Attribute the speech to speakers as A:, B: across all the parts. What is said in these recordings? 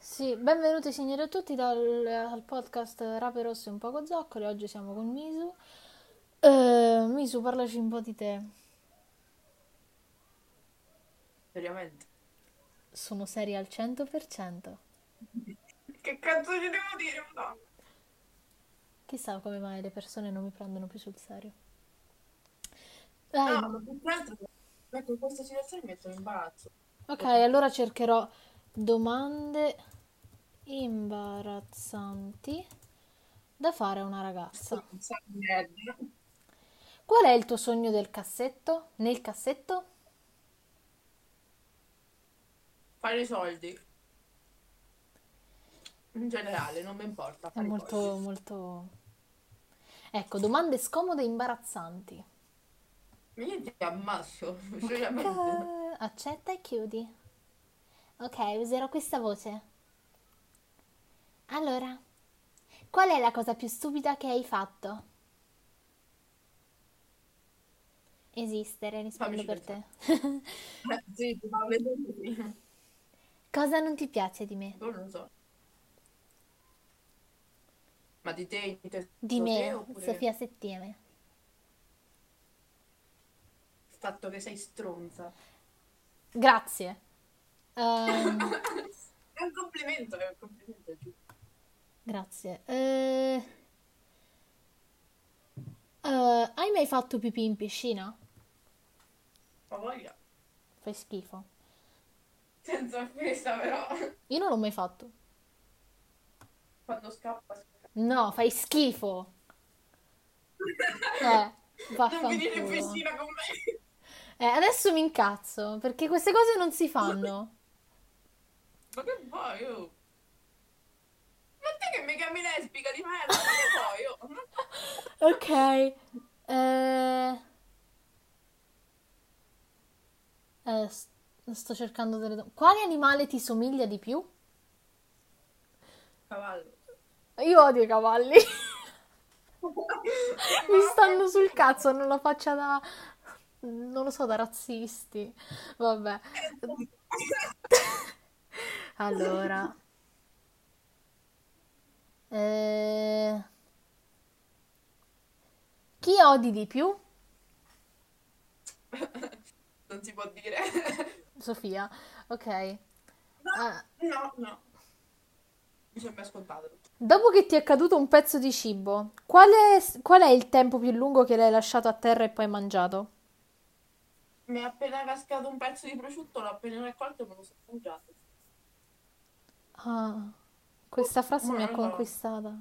A: Sì, benvenuti signori a tutti dal, al podcast Rape Rosse e un poco zoccoli. Oggi siamo con Misu. Eh, Misu, parlaci un po' di te.
B: Seriamente.
A: Sono seria al 100%.
B: Che cazzo ci devo dire? Madonna?
A: Chissà come mai le persone non mi prendono più sul serio.
B: No,
A: Dai,
B: ma più che altro, ecco, in questa situazione mi metto in imbarazzo.
A: ok, allora cercherò domande imbarazzanti da fare a una ragazza.
B: Un sacco di merda.
A: Qual è il tuo sogno del cassetto? Nel cassetto?
B: Fare i soldi. In generale, non mi importa
A: È
B: fare i soldi.
A: molto, molto... Ecco, domande scomode e imbarazzanti.
B: Ma Io ti ammazzo, seriamente.
A: Ok, Accetta e chiudi. Ok, userò questa voce. Allora, qual è la cosa più stupida che hai fatto? Esistere, rispondo
B: Fammici
A: per te.
B: Eh, sì, ma vedo così.
A: Cosa non ti piace di me?
B: Non lo so. Ma di te in te
A: Di
B: te,
A: me,
B: oppure
A: Sofia Settieme.
B: il fatto che sei stronza?
A: Grazie. Ehm,
B: È un complimento, è un complimento. giù.
A: grazie. Eh, eh, hai mai fatto pipì in piscina?
B: Ma voglia.
A: Fai schifo.
B: Senza offesa, però.
A: Io non l'ho mai fatto.
B: Quando scappa, scappa.
A: No, fai schifo. Eh,
B: Non venire in
A: vaffanculo.
B: piscina con me.
A: Eh, adesso mi incazzo, perché queste cose non si fanno.
B: Ma che vuoi? oh? Ma te che mi chiami lesbica di merda? Ma che vuoi? oh?
A: Ok. Eh, eh, s- sto cercando delle domande. Quale animale ti somiglia di più?
B: Cavallo.
A: Io odio i cavalli. Mi stanno sul cazzo, hanno la faccia da... Non lo so, da razzisti. Vabbè. Allora. Eh, Chi odi di più?
B: Non si può dire.
A: Sofia. Ok. Ah,
B: No, no. Mi sembra scontato.
A: dopo che ti è caduto un pezzo di cibo, qual è, qual è il tempo più lungo che l'hai lasciato a terra e poi mangiato?
B: Mi è appena cascato un pezzo di prosciutto, l'ho appena raccolto e me lo sono mangiato.
A: Ah, questa frase mi ha
B: Buono.
A: conquistata.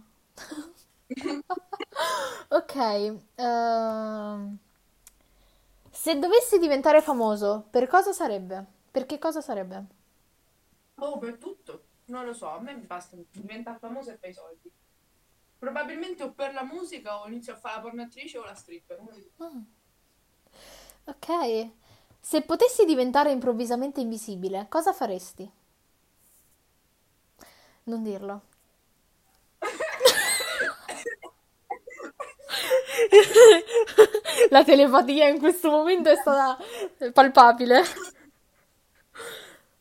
A: Ok, ehm, se dovessi diventare famoso, per cosa sarebbe? Per che cosa sarebbe?
B: Oh, per tutto? Non lo so, a me mi basta diventare famosa e fai i soldi. Probabilmente o per la musica o inizio a fare la pornatrice o la stripper. uno di due.
A: Ah, ok, se potessi diventare improvvisamente invisibile, cosa faresti? Non dirlo. La telepatia in questo momento è stata palpabile.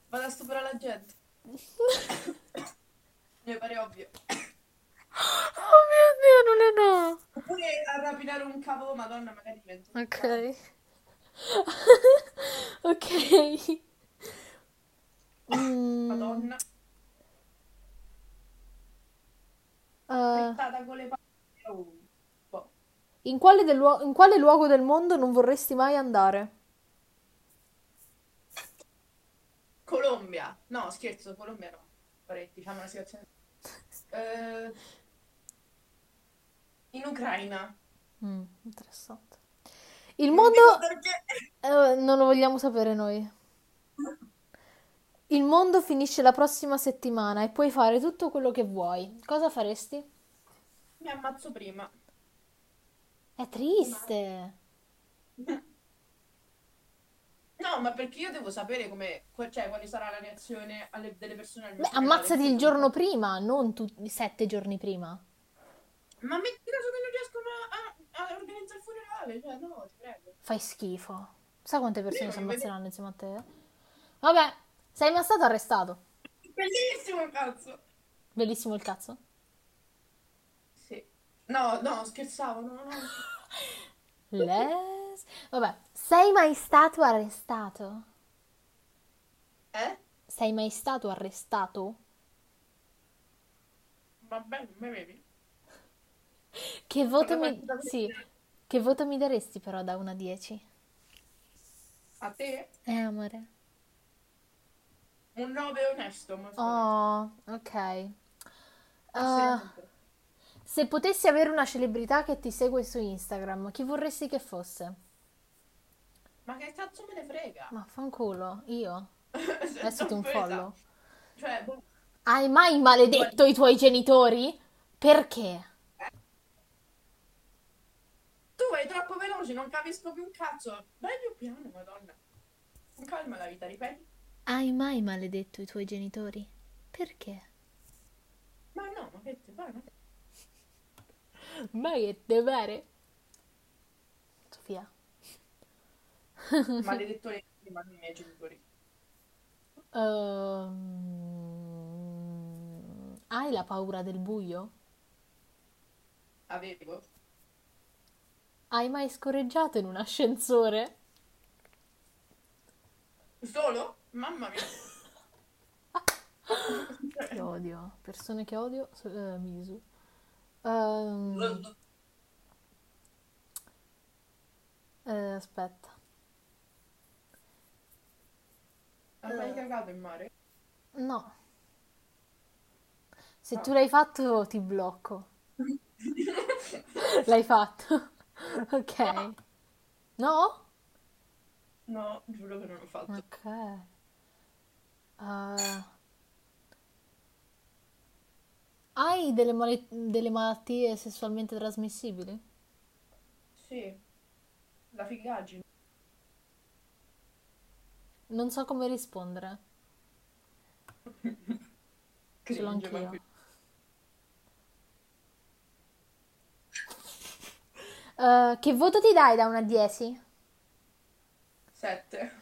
B: Vado a stupire la gente. Mi pare ovvio.
A: Oh mio Dio, non è no.
B: Oppure a rapinare un cavolo, madonna, magari divento.
A: Ok. ok. Mm,
B: Madonna.
A: eh,
B: Frittata con le palle. Oh, boh.
A: in quale, del luo- in quale luogo del mondo non vorresti mai andare?
B: Colombia. No, scherzo, Colombia no. Vorrei, diciamo una situazione. Eh, in Ucraina.
A: Mm, interessante. Il
B: Non
A: mondo...
B: dico perché.
A: eh, non lo vogliamo sapere noi. Il mondo finisce la prossima settimana e puoi fare tutto quello che vuoi. Cosa faresti?
B: Mi ammazzo prima.
A: È triste.
B: No, ma perché io devo sapere come, qual- cioè, quale sarà la reazione alle- delle persone al mio
A: Beh,
B: funerale.
A: ammazzati il giorno prima, non tu- sette giorni prima.
B: Ma metti caso che non riescono a, a- a organizzare il funerale, cioè, no, ti prego.
A: Fai schifo. Sai quante persone
B: Io
A: si
B: non vedo-
A: ammazzeranno insieme a te? Vabbè, sei mai stato arrestato.
B: Bellissimo, cazzo!
A: Bellissimo il cazzo.
B: Sì. No, no, scherzavo, no, no.
A: Les... Vabbè, sei mai stato arrestato?
B: Eh?
A: Sei mai stato arrestato?
B: Vabbè, mi vedi?
A: Che voto
B: Sono
A: mi... Sì, che voto mi daresti però da 1 a 10?
B: A te?
A: Eh, amore.
B: Un 9 onesto, molto
A: Oh, ok.
B: onesto.
A: Ah, se potessi avere una celebrità che ti segue su Instagram, chi vorresti che fosse?
B: Ma che cazzo me ne frega?
A: Ma fanculo, io.
B: Se
A: Adesso ti
B: non
A: un
B: frega.
A: follow.
B: Cioè, boh,
A: Hai mai maledetto i tuoi genitori? Perché?
B: tu vai troppo veloce, non capisco più un cazzo. Vai più piano, madonna. Con calma la vita, ripeti.
A: Hai mai maledetto i tuoi genitori? Perché?
B: Ma no, ma che te va, no?
A: Ma che te pare? Sofia.
B: Maledetto le prima dei miei genitori.
A: Ehm, hai la paura del buio?
B: Avevo.
A: Hai mai scorreggiato in un ascensore?
B: Solo? Mamma mia.
A: Che odio. Persone che odio, so- eh, Misu. Ehm, eh, aspetta.
B: Ha mai cagato in mare?
A: No. Se
B: No.
A: tu l'hai fatto, ti blocco. L'hai fatto. Ok. No?
B: No, giuro che non l'ho fatto.
A: Ok. Ah. hai delle, male- delle malattie sessualmente trasmissibili?
B: Sì. La figaggine.
A: Non so come rispondere. Ce l'ho
B: Cringe, ma
A: anch'io.
B: qui-
A: Eh, che voto ti dai da 1 a 10?
B: Sette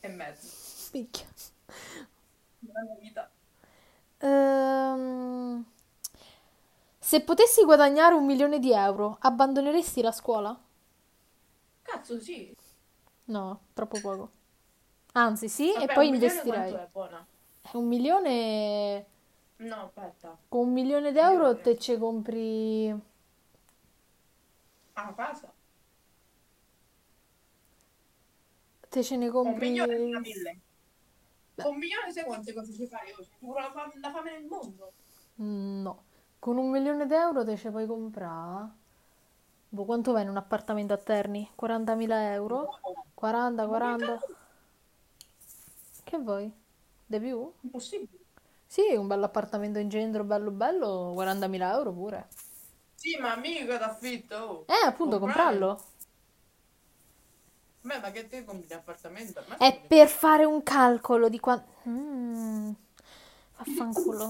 B: e mezzo.
A: Picchia.
B: La mia vita.
A: Ehm, se potessi guadagnare un milione di euro, abbandoneresti la scuola?
B: Cazzo, sì.
A: No, troppo poco. Anzi, sì,
B: Vabbè,
A: e poi
B: un milione
A: investirei.
B: quanto è buona?
A: Un milione...
B: No, aspetta.
A: Con un milione di euro te ci compri...
B: A casa?
A: Te ce ne
B: Un
A: compri...
B: milione e mille. Un milione sai quante cose ci fai oggi? Pure la, fam- la fame nel mondo.
A: Mm, No. Con un milione di euro te ce puoi comprare... Boh, quanto va in un appartamento a Terni? 40.000 euro? 40, 40... Che vuoi? De più?
B: Impossibile.
A: Sì, un bell'appartamento in centro, bello bello, 40.000 euro pure.
B: Sì, ma mica d'affitto. oh.
A: Eh, appunto,
B: Comprare.
A: comprarlo.
B: Beh, ma che te compri l'appartamento? Ma
A: È per fare un calcolo di quanto... Mm, vaffanculo.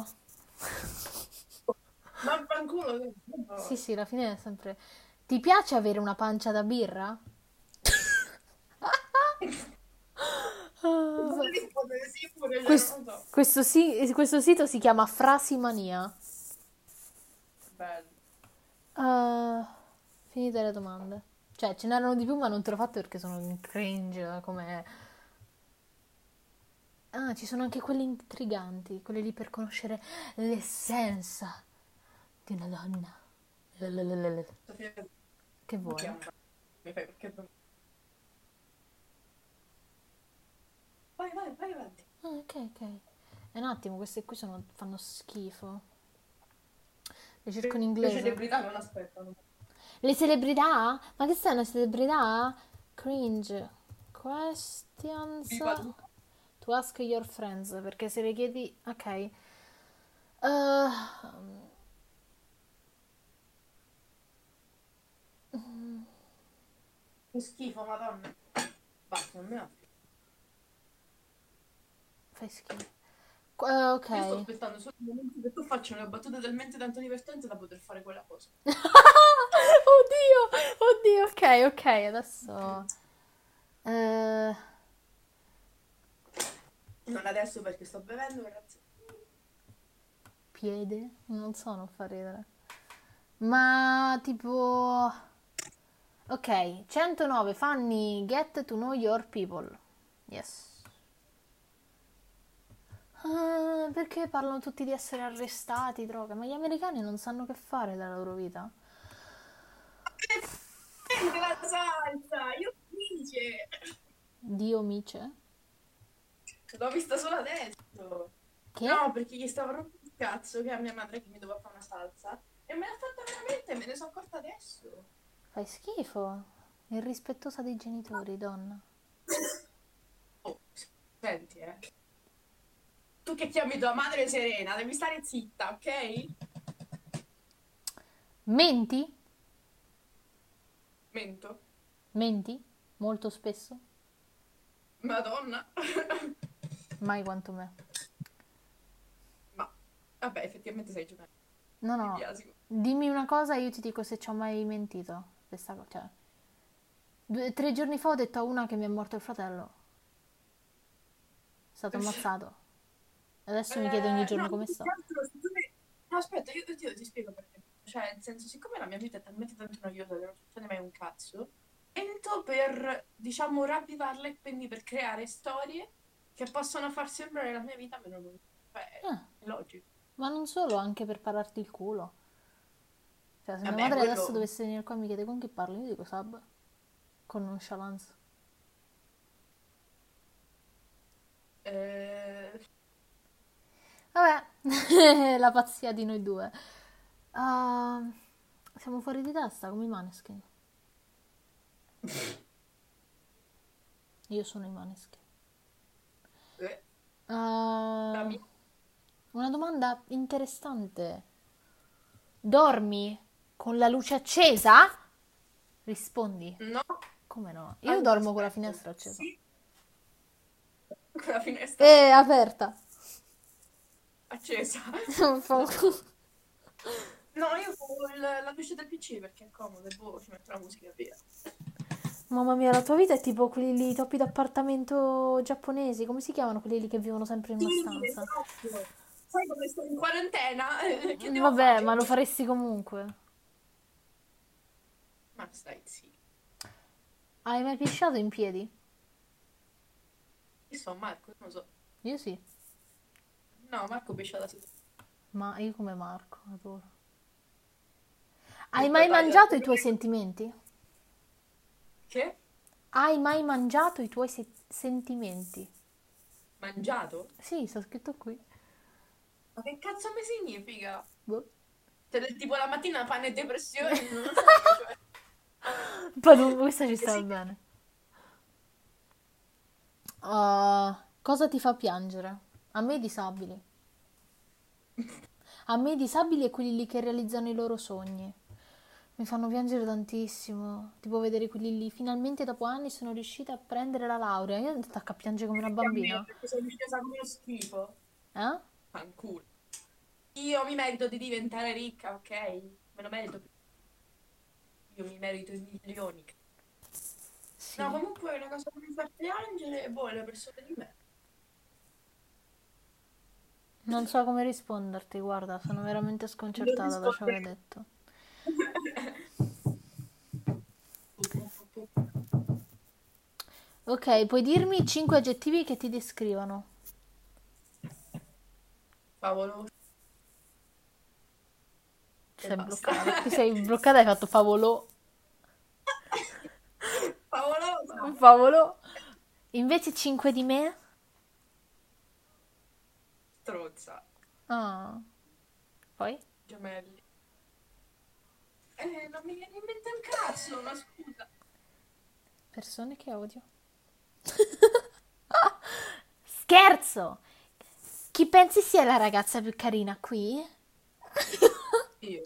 B: Ma fanculo. che- no.
A: Sì, sì, alla fine è sempre... Ti piace avere una pancia da birra? Ah,
B: Non rispondere sì pure, cioè,
A: Questo,
B: non lo so.
A: questo si- questo sito si chiama Frasimania.
B: Bello.
A: Ah, finite le domande. Cioè, ce n'erano di più, ma non te l'ho fatto perché sono in cringe, come... Ah, ci sono anche quelli intriganti, quelli lì per conoscere l'essenza di una donna. Lalalala.
B: Sofia,
A: Che
B: mi
A: vuoi?
B: chiama. Mi fai perché... Vai, vai, vai avanti.
A: Ah, ok, ok. È un attimo, queste qui sono- fanno schifo. Le cerco in
B: Le
A: inglese.
B: celebrità non aspettano.
A: Le celebrità? Ma che sei una celebrità? Cringe. Questions
B: Viva tu.
A: to ask your friends, perché se le chiedi... Ok. Eh,
B: Che schifo, madonna. Basta, non me la
A: fai schifo. Qu- eh,
B: Io sto
A: ok.
B: aspettando solo il momento che tu faccia una battuta talmente tanto divertente da poter fare quella cosa.
A: oddio, oddio, ok, ok, adesso... Eh,
B: Non adesso perché sto bevendo, ragazzi.
A: piede? Non so, non fa ridere. Ma tipo... Ok, 109 Fanny, get to know your people. Yes. Ah, perché parlano tutti di essere arrestati, droga? Ma gli americani non sanno che fare della loro vita.
B: Prende la salsa, io felice.
A: Dio mice.
B: L'ho vista solo adesso.
A: Che?
B: No, perché gli stavo rompendo il cazzo che a mia madre che mi doveva fare una salsa. E me l'ha fatta veramente, me ne sono accorta adesso.
A: Fai schifo. Irrispettosa dei genitori, donna.
B: Oh, senti, eh. Tu che chiami tua madre Serena, devi stare zitta, ok?
A: Menti?
B: Mento.
A: Menti? Molto spesso?
B: Madonna.
A: Mai quanto me.
B: Ma, vabbè, effettivamente sei giocando.
A: No,
B: Mi
A: no.
B: biasimo.
A: Dimmi una cosa e io ti dico se ci ho mai mentito. Questa co- cioè, due- tre giorni fa ho detto a una che mi è morto il fratello. È stato ammazzato. Adesso mi chiede ogni
B: Eh,
A: giorno
B: no,
A: come
B: più
A: sto.
B: che altro, secondo me- No, aspetta, io, io ti spiego perché. Cioè, nel senso, siccome la mia vita è talmente tanto noiosa che non succede mai un cazzo, entro per, diciamo, ravvivarla e quindi per creare storie che possono far sembrare la mia vita meno noiosa. Cioè,
A: Ah.
B: è logico.
A: Ma non solo, anche per pararti il culo. Cioè, se mia
B: Vabbè,
A: madre
B: quello-
A: adesso dovesse venire qua e mi chiede con chi parli, io dico sab. Con nonchalance.
B: Eh,
A: Vabbè, la pazzia di noi due. Ah, siamo fuori di testa come i Maneskin. Io sono i Maneskin.
B: eh,
A: Ah,
B: la mia-
A: una domanda interessante. Dormi con la luce accesa? Rispondi.
B: No,
A: Come no? Io
B: Allora,
A: dormo con la
B: aspetta.
A: finestra accesa.
B: Sì. Con la finestra
A: Eh, aperta. Eh.
B: accesa.
A: Fanculo.
B: No, io con il- la luce del PC perché è comodo, e boh, ci metto la musica e via.
A: Mamma mia, la tua vita è tipo quelli lì, i topi d'appartamento giapponesi, come si chiamano quelli lì che vivono sempre in una
B: Sì,
A: stanza?
B: esatto. Sai come sto in quarantena? Eh, Che devo
A: Mm, Vabbè,
B: fare?
A: ma lo faresti comunque.
B: Ma stai zitto.
A: Hai mai pisciato in piedi?
B: Io so Marco, non lo so.
A: Io sì,
B: No, Marco pesce da seduta.
A: ma io come Marco, adoro. Hai
B: Io
A: mai
B: dai,
A: mangiato
B: io-
A: i tuoi sentimenti?
B: Che?
A: Hai mai mangiato i tuoi se- sentimenti?
B: Mangiato?
A: Sì, sta scritto qui.
B: Ma che cazzo mi significa?
A: Boh.
B: Cioè, tipo la mattina pane e depressione, non lo so. cioè.
A: Poi non- questa ci stava bene. Ah, cosa ti fa piangere? A me i disabili. A me i disabili e quelli lì che realizzano i loro sogni. Mi fanno piangere tantissimo. Tipo vedere quelli lì. Finalmente dopo anni sono riuscita a prendere la laurea. Io attacco a piangere come una bambina.
B: Perché sono discesa come uno schifo.
A: Eh?
B: Fanculo. Io mi merito di diventare ricca, ok? Me lo merito. Io mi merito i milioni.
A: Sì.
B: No, comunque è una cosa che mi fa piangere, boh, le persone di me.
A: Non so come risponderti, guarda, sono veramente sconcertata da ciò che hai detto. Ok, puoi dirmi 5 aggettivi che ti descrivano.
B: Favoloso.
A: Ti
B: E
A: sei
B: basta.
A: Cioè, bloccata, ti sei bloccata e hai fatto favolo,
B: Favoloso.
A: favolo. Invece 5 di me?
B: Strozza.
A: Ah. Poi?
B: Gemelli. Eh, non mi viene in mente un cazzo, ma scusa.
A: Persone che odio. Scherzo! Chi pensi sia la ragazza più carina qui?
B: Io.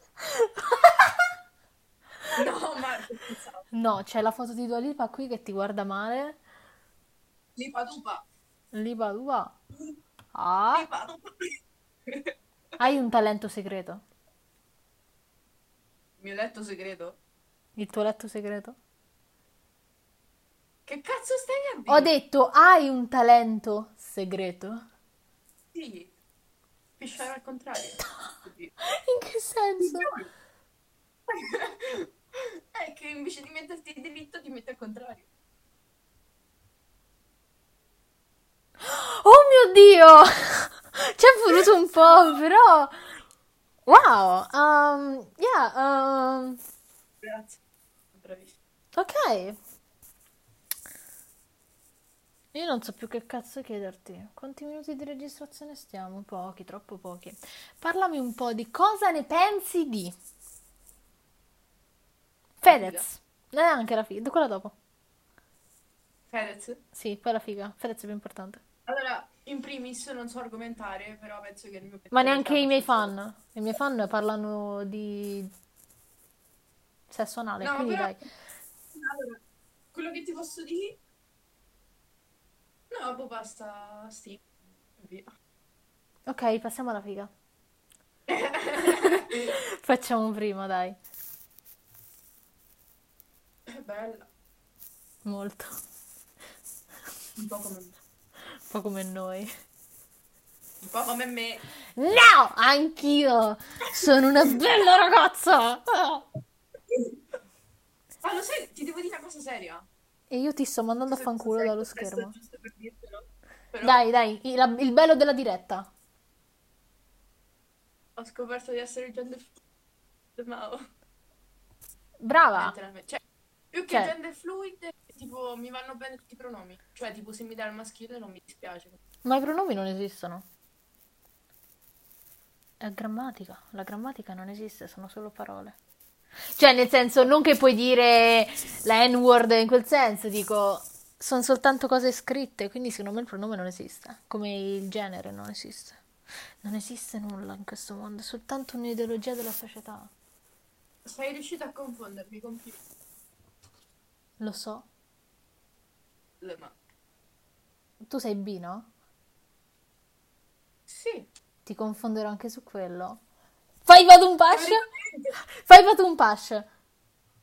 B: No, Marco, pensavo.
A: No, c'è la foto di Dua Lipa qui che ti guarda male.
B: Lipa dupa.
A: Lipa Dua. Ah,
B: Lipa dupa.
A: hai un talento segreto.
B: Il mio letto segreto?
A: Il tuo letto segreto?
B: Che cazzo stai a dire?
A: Ho detto hai un talento segreto.
B: Sì. Pisciare al contrario. Così.
A: In che senso?
B: è che invece di metterti dritto ti metti al contrario.
A: Oh mio Dio! Ci è voluto un po', però... Wow! Um, yeah, um,
B: Grazie. Bravissimo.
A: ok. Io non so più che cazzo chiederti. Quanti minuti di registrazione stiamo? Pochi, troppo pochi. Parlami un po' di cosa ne pensi di... Fedez. Neanche la figa, quella dopo.
B: Fedez.
A: Sì, poi la figa. Fedez è più importante.
B: Allora, in primis non so argomentare, però penso che il mio
A: Ma
B: pensiero
A: neanche
B: sia
A: i miei
B: abbastanza-
A: fan. I miei fan parlano di sesso anale,
B: No,
A: quindi
B: però-
A: dai.
B: Allora, quello che ti posso dire... No, boh, basta, sì. Via.
A: Ok, passiamo alla figa. Facciamo prima, dai.
B: È bella,
A: Molto.
B: un po' come me.
A: Un po' come noi.
B: Un po' come me.
A: No! Anch'io! Sono una bella ragazza! Ah!
B: Ma Ah, lo sai, ti devo dire una cosa seria.
A: E io ti sto mandando a
B: Questo-
A: fanculo
B: questo
A: dallo
B: è il
A: schermo.
B: contesto giusto per dirtelo, però
A: Dai, dai, il, la- il bello della diretta.
B: ho scoperto di essere gender fluid, ma
A: Brava!
B: letteralmente. Cioè, più che
A: Cioè.
B: gender fluid, tipo, mi vanno bene tutti i pronomi. Cioè, tipo, se mi dai il maschile non mi dispiace.
A: Ma i pronomi non esistono. È grammatica. La grammatica non esiste, sono solo parole. Cioè, nel senso, non che puoi dire la N-word in quel senso, dico, sono soltanto cose scritte, quindi secondo me il pronome non esiste, come il genere non esiste. Non esiste nulla in questo mondo, è soltanto un'ideologia della società.
B: Sei riuscita a confondermi con più.
A: Lo so.
B: Ma...
A: Tu sei B, no?
B: Sì.
A: Ti confonderò anche su quello. Fai vado un pascio? Fai vado un pascio.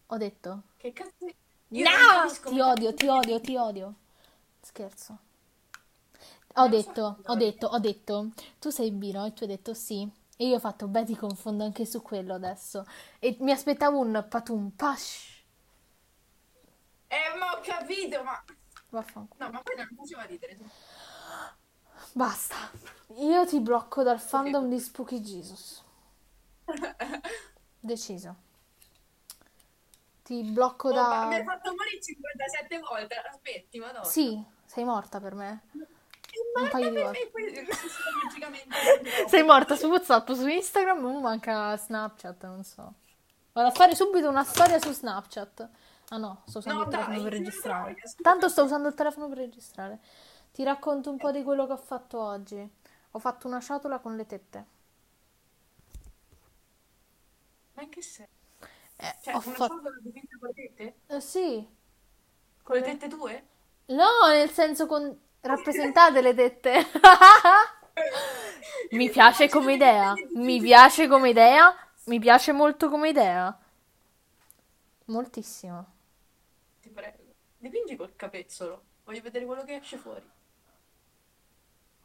A: Ho detto.
B: Che cazzo... non
A: No!
B: capisco
A: Ti
B: molto-
A: odio, ti odio, ti odio. Scherzo. Ho
B: Non so
A: detto,
B: cosa
A: ho
B: dire.
A: detto, ho detto, tu sei Bino e tu hai detto sì. E io ho fatto, beh, ti confondo anche su quello adesso. E mi aspettavo un patum pash.
B: Eh, ma ho capito, ma...
A: Vaffanculo.
B: No, ma poi non faceva ridere.
A: Basta. Io ti blocco dal fandom di Spooky Jesus. Deciso. Ti blocco
B: Oh, ma mi hai
A: da...
B: fatto morire 57 volte, aspetti, madonna.
A: Sì, sei morta per me.
B: E
A: un paio di
B: guarda
A: volte.
B: me, e poi magicamente...
A: Sei morta su WhatsApp, su Instagram, ma manca Snapchat, non so. Vado a fare subito una storia su Snapchat. Ah no, sto usando
B: No,
A: il telefono
B: dai,
A: per
B: sì,
A: registrare.
B: dai, scusa.
A: Tanto sto usando il telefono per registrare. Ti racconto un po' di quello che ho fatto oggi. Ho fatto una ciotola con le tette.
B: Ma in che senso?
A: Eh,
B: Cioè,
A: ho
B: una
A: fatto...
B: foto dipinta con le tette?
A: eh, sì.
B: Con le tette tue?
A: No, nel senso con... rappresentate le tette. Mi piace come idea. Mi piace come idea. Mi piace molto come idea. Moltissimo.
B: Ti prego. Dipingi col capezzolo. Voglio vedere quello che esce fuori.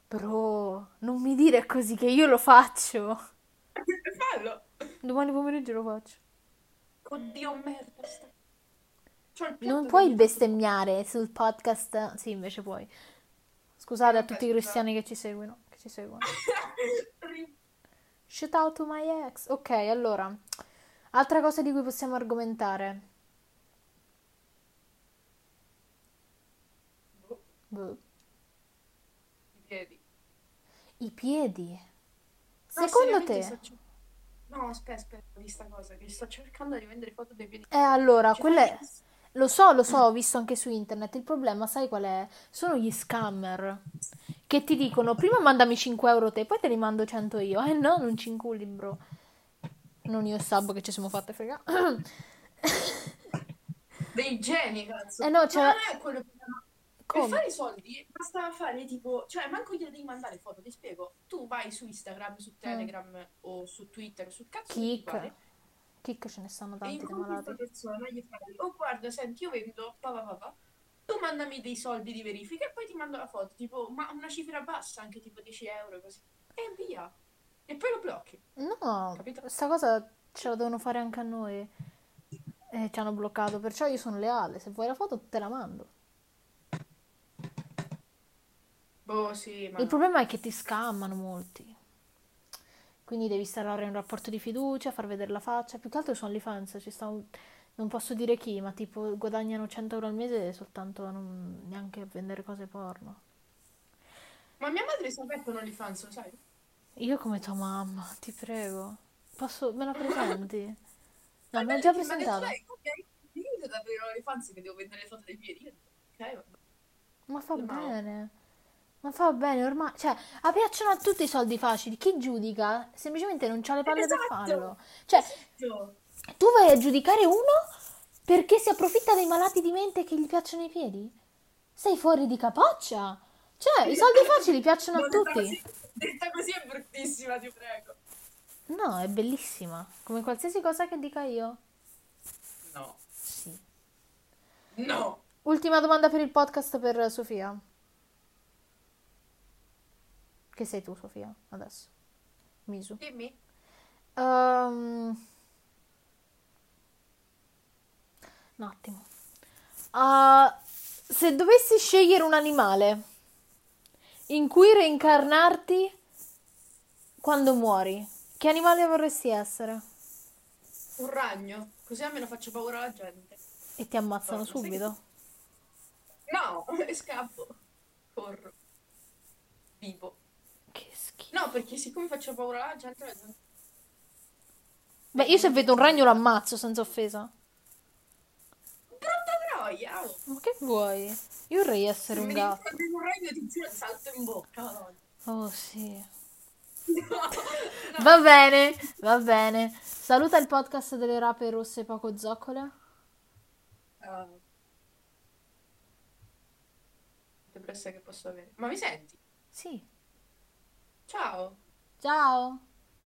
A: Bro, non mi dire così che io lo faccio.
B: Fallo!
A: Domani pomeriggio lo faccio.
B: Oddio, merda. sta- C'ho il piatto
A: Non puoi
B: che-
A: bestemmiare sul podcast. Sì, invece puoi. Scusate a
B: Vabbè,
A: tutti i
B: scusa.
A: cristiani che ci seguono. Che ci seguono.
B: Ri-
A: Shout out to my ex. Ok, allora. Altra cosa di cui possiamo argomentare.
B: boh,
A: Boh.
B: I piedi.
A: I piedi. Ah,
B: No,
A: Secondo
B: seriamente
A: te?
B: sto cer- No, aspetta, aspetta, di sta cosa, che sto cercando di vendere foto dei piedi. cioè,
A: Eh, allora,
B: Ci
A: quella è...
B: fai-
A: Lo so, lo so, ho visto anche su internet. Il problema, sai qual è? Sono gli scammer che ti dicono prima mandami 5 euro te, poi te li mando 100 io. Eh no, non ci inculi, bro. Non io e Sabbo che ci siamo fatte frega.
B: Dei geni, cazzo.
A: Eh no,
B: Ma
A: cioè-
B: non è quello il problema. Per
A: Come?
B: fare i soldi basta fare tipo, cioè manco gliele devi mandare foto, ti spiego. Tu vai su Instagram, su
A: Mm.
B: Telegram o su Twitter, o sul cazzo che ti pare,
A: Kick. Kick ce ne stanno
B: e
A: tanti di
B: incontri questa
A: malati.
B: persona e gli fai, oh guarda, senti, io vendo, pa, pa, pa, pa. tu mandami dei soldi di verifica e poi ti mando la foto, tipo, ma una cifra bassa, anche tipo 10 euro, così. E via. e poi lo blocchi,
A: No,
B: capito?
A: sta cosa ce la devono fare anche a noi. E ci hanno bloccato, perciò io sono leale. Se vuoi la foto te la mando.
B: Boh, sì, ma
A: Il problema è che ti scammano molti. Quindi devi instaurare un rapporto di fiducia, far vedere la faccia. Più che altro sono OnlyFans, ci sta un- non posso dire chi, ma tipo guadagnano 100 euro al mese soltanto a non- neanche a vendere cose porno.
B: Ma mia madre si è aperta un OnlyFans, lo sai?
A: Io come tua mamma, ti prego. Posso, me la presenti? No,
B: Ma
A: me l'ha
B: lei-
A: già
B: Ma detto
A: presentata.
B: lei, ok, io devo avere un OnlyFans che devo vendere le foto dei miei io, Ok, vabbè.
A: Ma fa
B: Le mao.
A: bene. Ma fa bene, ormai, cioè, a piacciono a tutti i soldi facili. Chi giudica? Semplicemente non c'ha le palle per
B: Esatto.
A: farlo. Cioè,
B: Io-
A: tu vai a giudicare uno perché si approfitta dei malati di mente che gli piacciono i piedi? Sei fuori di capoccia. Cioè, i soldi facili piacciono a
B: No, detta
A: tutti.
B: così- Detta così è bruttissima, ti prego.
A: No, è bellissima, come qualsiasi cosa che dica io.
B: No.
A: Sì.
B: No.
A: Ultima domanda per il podcast per Sofia. Che sei tu, Sofia, adesso. Misu.
B: Dimmi.
A: Ehm, Un attimo. Ah, se dovessi scegliere un animale in cui reincarnarti quando muori, che animale vorresti essere?
B: Un ragno, così almeno faccio paura alla gente.
A: E ti ammazzano
B: Oh, sì.
A: subito.
B: No, e scappo. Corro. Vivo.
A: Che schifo.
B: No, perché siccome faccio paura alla gente, la gente-
A: Beh, io se vedo un ragno lo ammazzo, senza offesa.
B: Brutta troia! oh.
A: Ma che vuoi? Io vorrei
B: Se
A: essere un
B: mi
A: gatto.
B: ricordi un ragno ti giuro salto in bocca. madonna.
A: Oh sì.
B: No.
A: Va bene, va bene. Saluta il podcast delle rape rosse poco zoccole.
B: Uh, depressa che posso avere. Ma mi senti?
A: Sì.
B: Ciao!
A: Ciao.